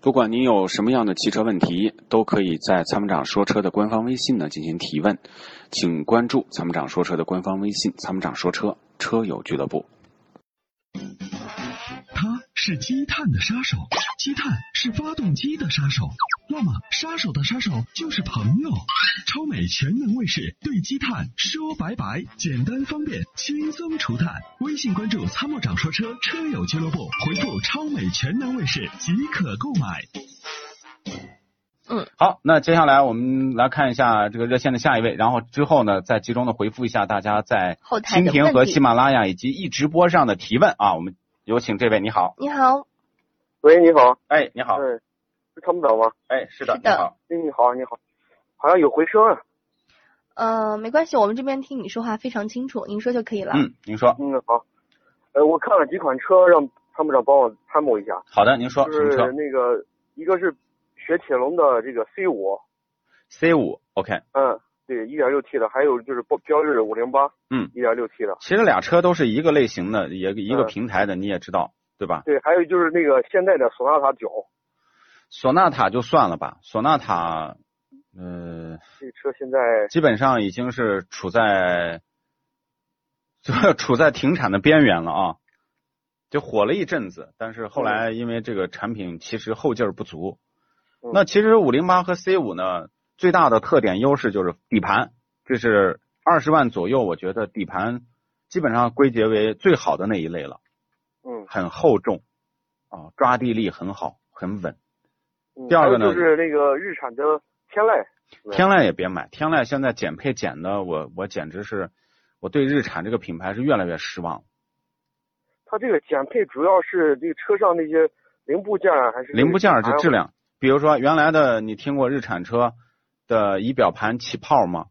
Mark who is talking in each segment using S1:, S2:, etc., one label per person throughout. S1: 不管您有什么样的汽车问题，都可以在参谋长说车的官方微信呢进行提问，请关注参谋长说车的官方微信“参谋长说车车友俱乐部
S2: 它是积碳的杀手，积碳是发动机的杀手。那么，杀手的杀手就是朋友。超美全能卫士对积碳说拜拜，简单方便，轻松除碳。微信关注“参谋长说车”车友俱乐部，回复“超美全能卫士”即可购买。”。
S1: 好，那接下来我们来看一下这个热线的下一位，然后之后呢，再集中的回复一下大家在
S3: 后台
S1: 蜻
S3: 的
S1: 蜓
S3: 问
S1: 和
S3: 题
S1: 喜马拉雅以及一直播上的提问啊。我们有请这位，你好，
S3: 你好，
S4: 喂，你好，
S1: 哎，你好，
S4: 嗯，是参谋长吗？
S1: 哎，是的，
S3: 是的
S1: 你好，
S4: 哎，你好，你好，好像有回声啊。
S3: 呃，没关系，我们这边听你说话非常清楚，您说就可以了。
S1: 嗯，您说，
S4: 嗯，好。呃，我看了几款车，让参谋长帮我参谋一下。
S1: 好的，您说
S4: 就
S1: 啊什么
S4: 是
S1: 车
S4: 那个，一个是雪铁龙的这个 C 五，
S1: ？C 五，OK，
S4: 嗯，对，一点六 T 的，还有就是标标致五零八，
S1: 嗯
S4: 一点六 T 的。
S1: 其实俩车都是一个类型的，也一个
S4: 嗯
S1: 平台的，你也知道对吧？
S4: 对，还有就是那个现在的索纳塔九，
S1: 索纳塔就算了吧，索纳塔，呃，
S4: 这个车现在
S1: 基本上已经是处在，就处在停产的边缘了啊，就火了一阵子，但是后来因为这个产品其实后劲儿不足。
S4: 嗯
S1: 那其实五零八和 C 五呢，最大的特点优势就是底盘，这是二十万左右，我觉得底盘基本上归结为最好的那一类了，
S4: 嗯，
S1: 很厚重啊，抓地力很好，很稳。
S4: 嗯
S1: 第二个呢
S4: 还有就是那个日产的天籁，对
S1: 天籁也别买，天籁现在减配减的我我简直是，我对日产这个品牌是越来越失望。
S4: 它这个减配主要是这个车上那些零部件啊还是
S1: 零部件儿
S4: 这
S1: 是
S4: 个
S1: 质量，比如说原来的你听过日产车的仪表盘起泡吗？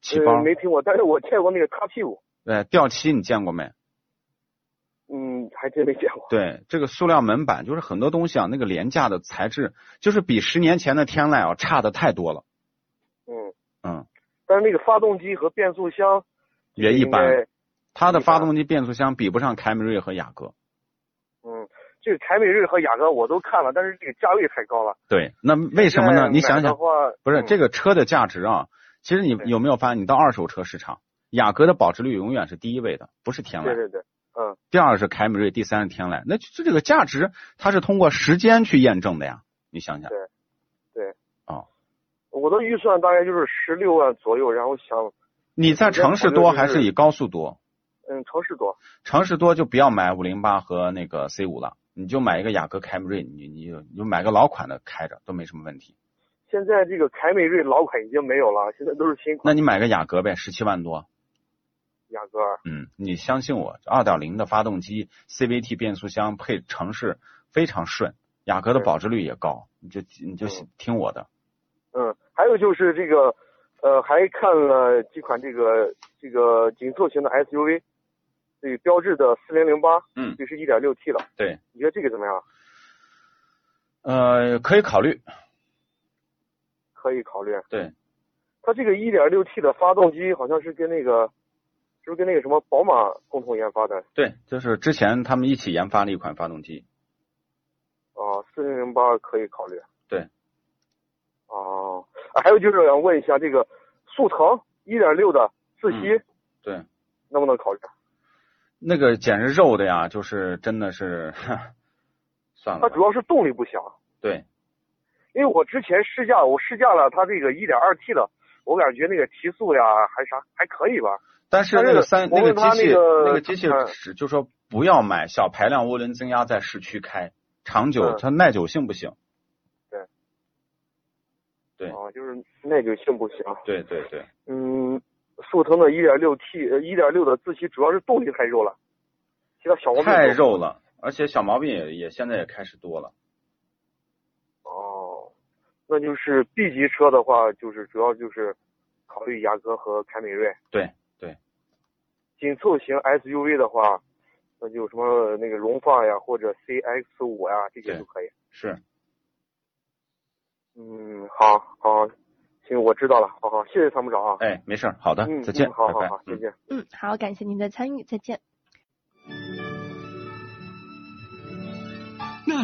S1: 起
S4: 呃，
S1: 包，
S4: 没听过，但是我见过那个擦屁股，
S1: 对，掉漆你见过没？
S4: 嗯，还真没见过。
S1: 对，这个塑料门板就是很多东西啊，那个廉价的材质就是比十年前的天籁啊差的太多了，
S4: 嗯，
S1: 嗯，
S4: 但是那个发动机和变速箱
S1: 也一
S4: 应该
S1: 般。它的
S4: 一般
S1: 发动机变速箱比不上凯美瑞和雅阁，
S4: 嗯，这个凯美瑞和雅阁我都看了，但是这个价位太高了。
S1: 对，那为什么呢？你想
S4: 现在买
S1: 想
S4: 的，话，
S1: 不是
S4: 嗯
S1: 这个车的价值啊，其实你
S4: 对
S1: 有没有发现，你到二手车市场，雅阁的保值率永远是第一位的，不是天
S4: 对
S1: 籁，
S4: 对对，嗯
S1: 第二是凯美瑞，第三是天籁。那就这个价值，它是通过时间去验证的呀。你想想
S4: 对，我的预算大概就是十六万左右，然后想，
S1: 你在城市多还是以高速多？
S4: 嗯，城市多，
S1: 城市多就不要买五零八和那个 C 五了，你就买一个雅阁、凯美瑞，你你就你就买个老款的开着都没什么问题。
S4: 现在这个凯美瑞老款已经没有了，现在都是新款
S1: 那你买个雅阁呗，十七万多。
S4: 雅阁。啊
S1: 嗯，你相信我，二点零的发动机，CVT 变速箱配城市非常顺，雅阁的
S4: 是
S1: 保值率也高，你就你就
S4: 嗯
S1: 听我的。
S4: 嗯，还有就是这个，呃，还看了几款这个这个紧凑型的 SUV，这个标致的四零零八，
S1: 嗯
S4: 这是一点六 T 的，
S1: 对，
S4: 你觉得这个怎么样？
S1: 呃，可以考虑。
S4: 可以考虑。
S1: 对，
S4: 它这个一点六 T 的发动机好像是跟那个，是不是跟那个什么宝马共同研发的
S1: 对，就是之前他们一起研发了一款发动机。
S4: 啊？四零零八可以考虑。
S1: 对。
S4: 哦、啊，还有就是想问一下这个速腾一点六的自
S1: 嗯
S4: 吸、
S1: 对，
S4: 能不能考虑？
S1: 那个简直肉的呀，就是真的是， 算
S4: 它
S1: 了吧
S4: 主。要是动力不啊强。
S1: 对，
S4: 因为我之前试驾，我试驾了它这个一点二 T 的，我感觉那个提速呀，还啥还可以吧。
S1: 但是
S4: 但是
S1: 那个三
S4: 我
S1: 那个
S4: 问他
S1: 机器
S4: 那个
S1: 那个机器
S4: 嗯
S1: 只就说不要买小排量涡轮增压在市区开，长久
S4: 嗯
S1: 它耐久性不行。对
S4: 啊，就是耐久性不行。
S1: 对对对，
S4: 嗯，速腾的一点六 T，一呃点六的自吸主要是动力太肉了，其他小毛病
S1: 太
S4: 都
S1: 肉了，而且小毛病也也现在也开始多了。
S4: 哦，那就是 B 级车的话，就是主要就是考虑雅阁和凯美瑞。
S1: 对对。
S4: 紧凑型 SUV 的话，那就什么那个荣放呀，或者 CX 五呀，这些
S1: 对
S4: 都可以。
S1: 是，
S4: 嗯，好好，行，我知道了，好好，谢谢参谋长啊。
S1: 哎，没事儿，好的
S4: 嗯，，
S1: 再见，
S4: 嗯好好
S1: 拜拜
S4: 好，
S1: 嗯
S4: 再见。
S3: 嗯，好，感谢您的参与，再见。
S2: 那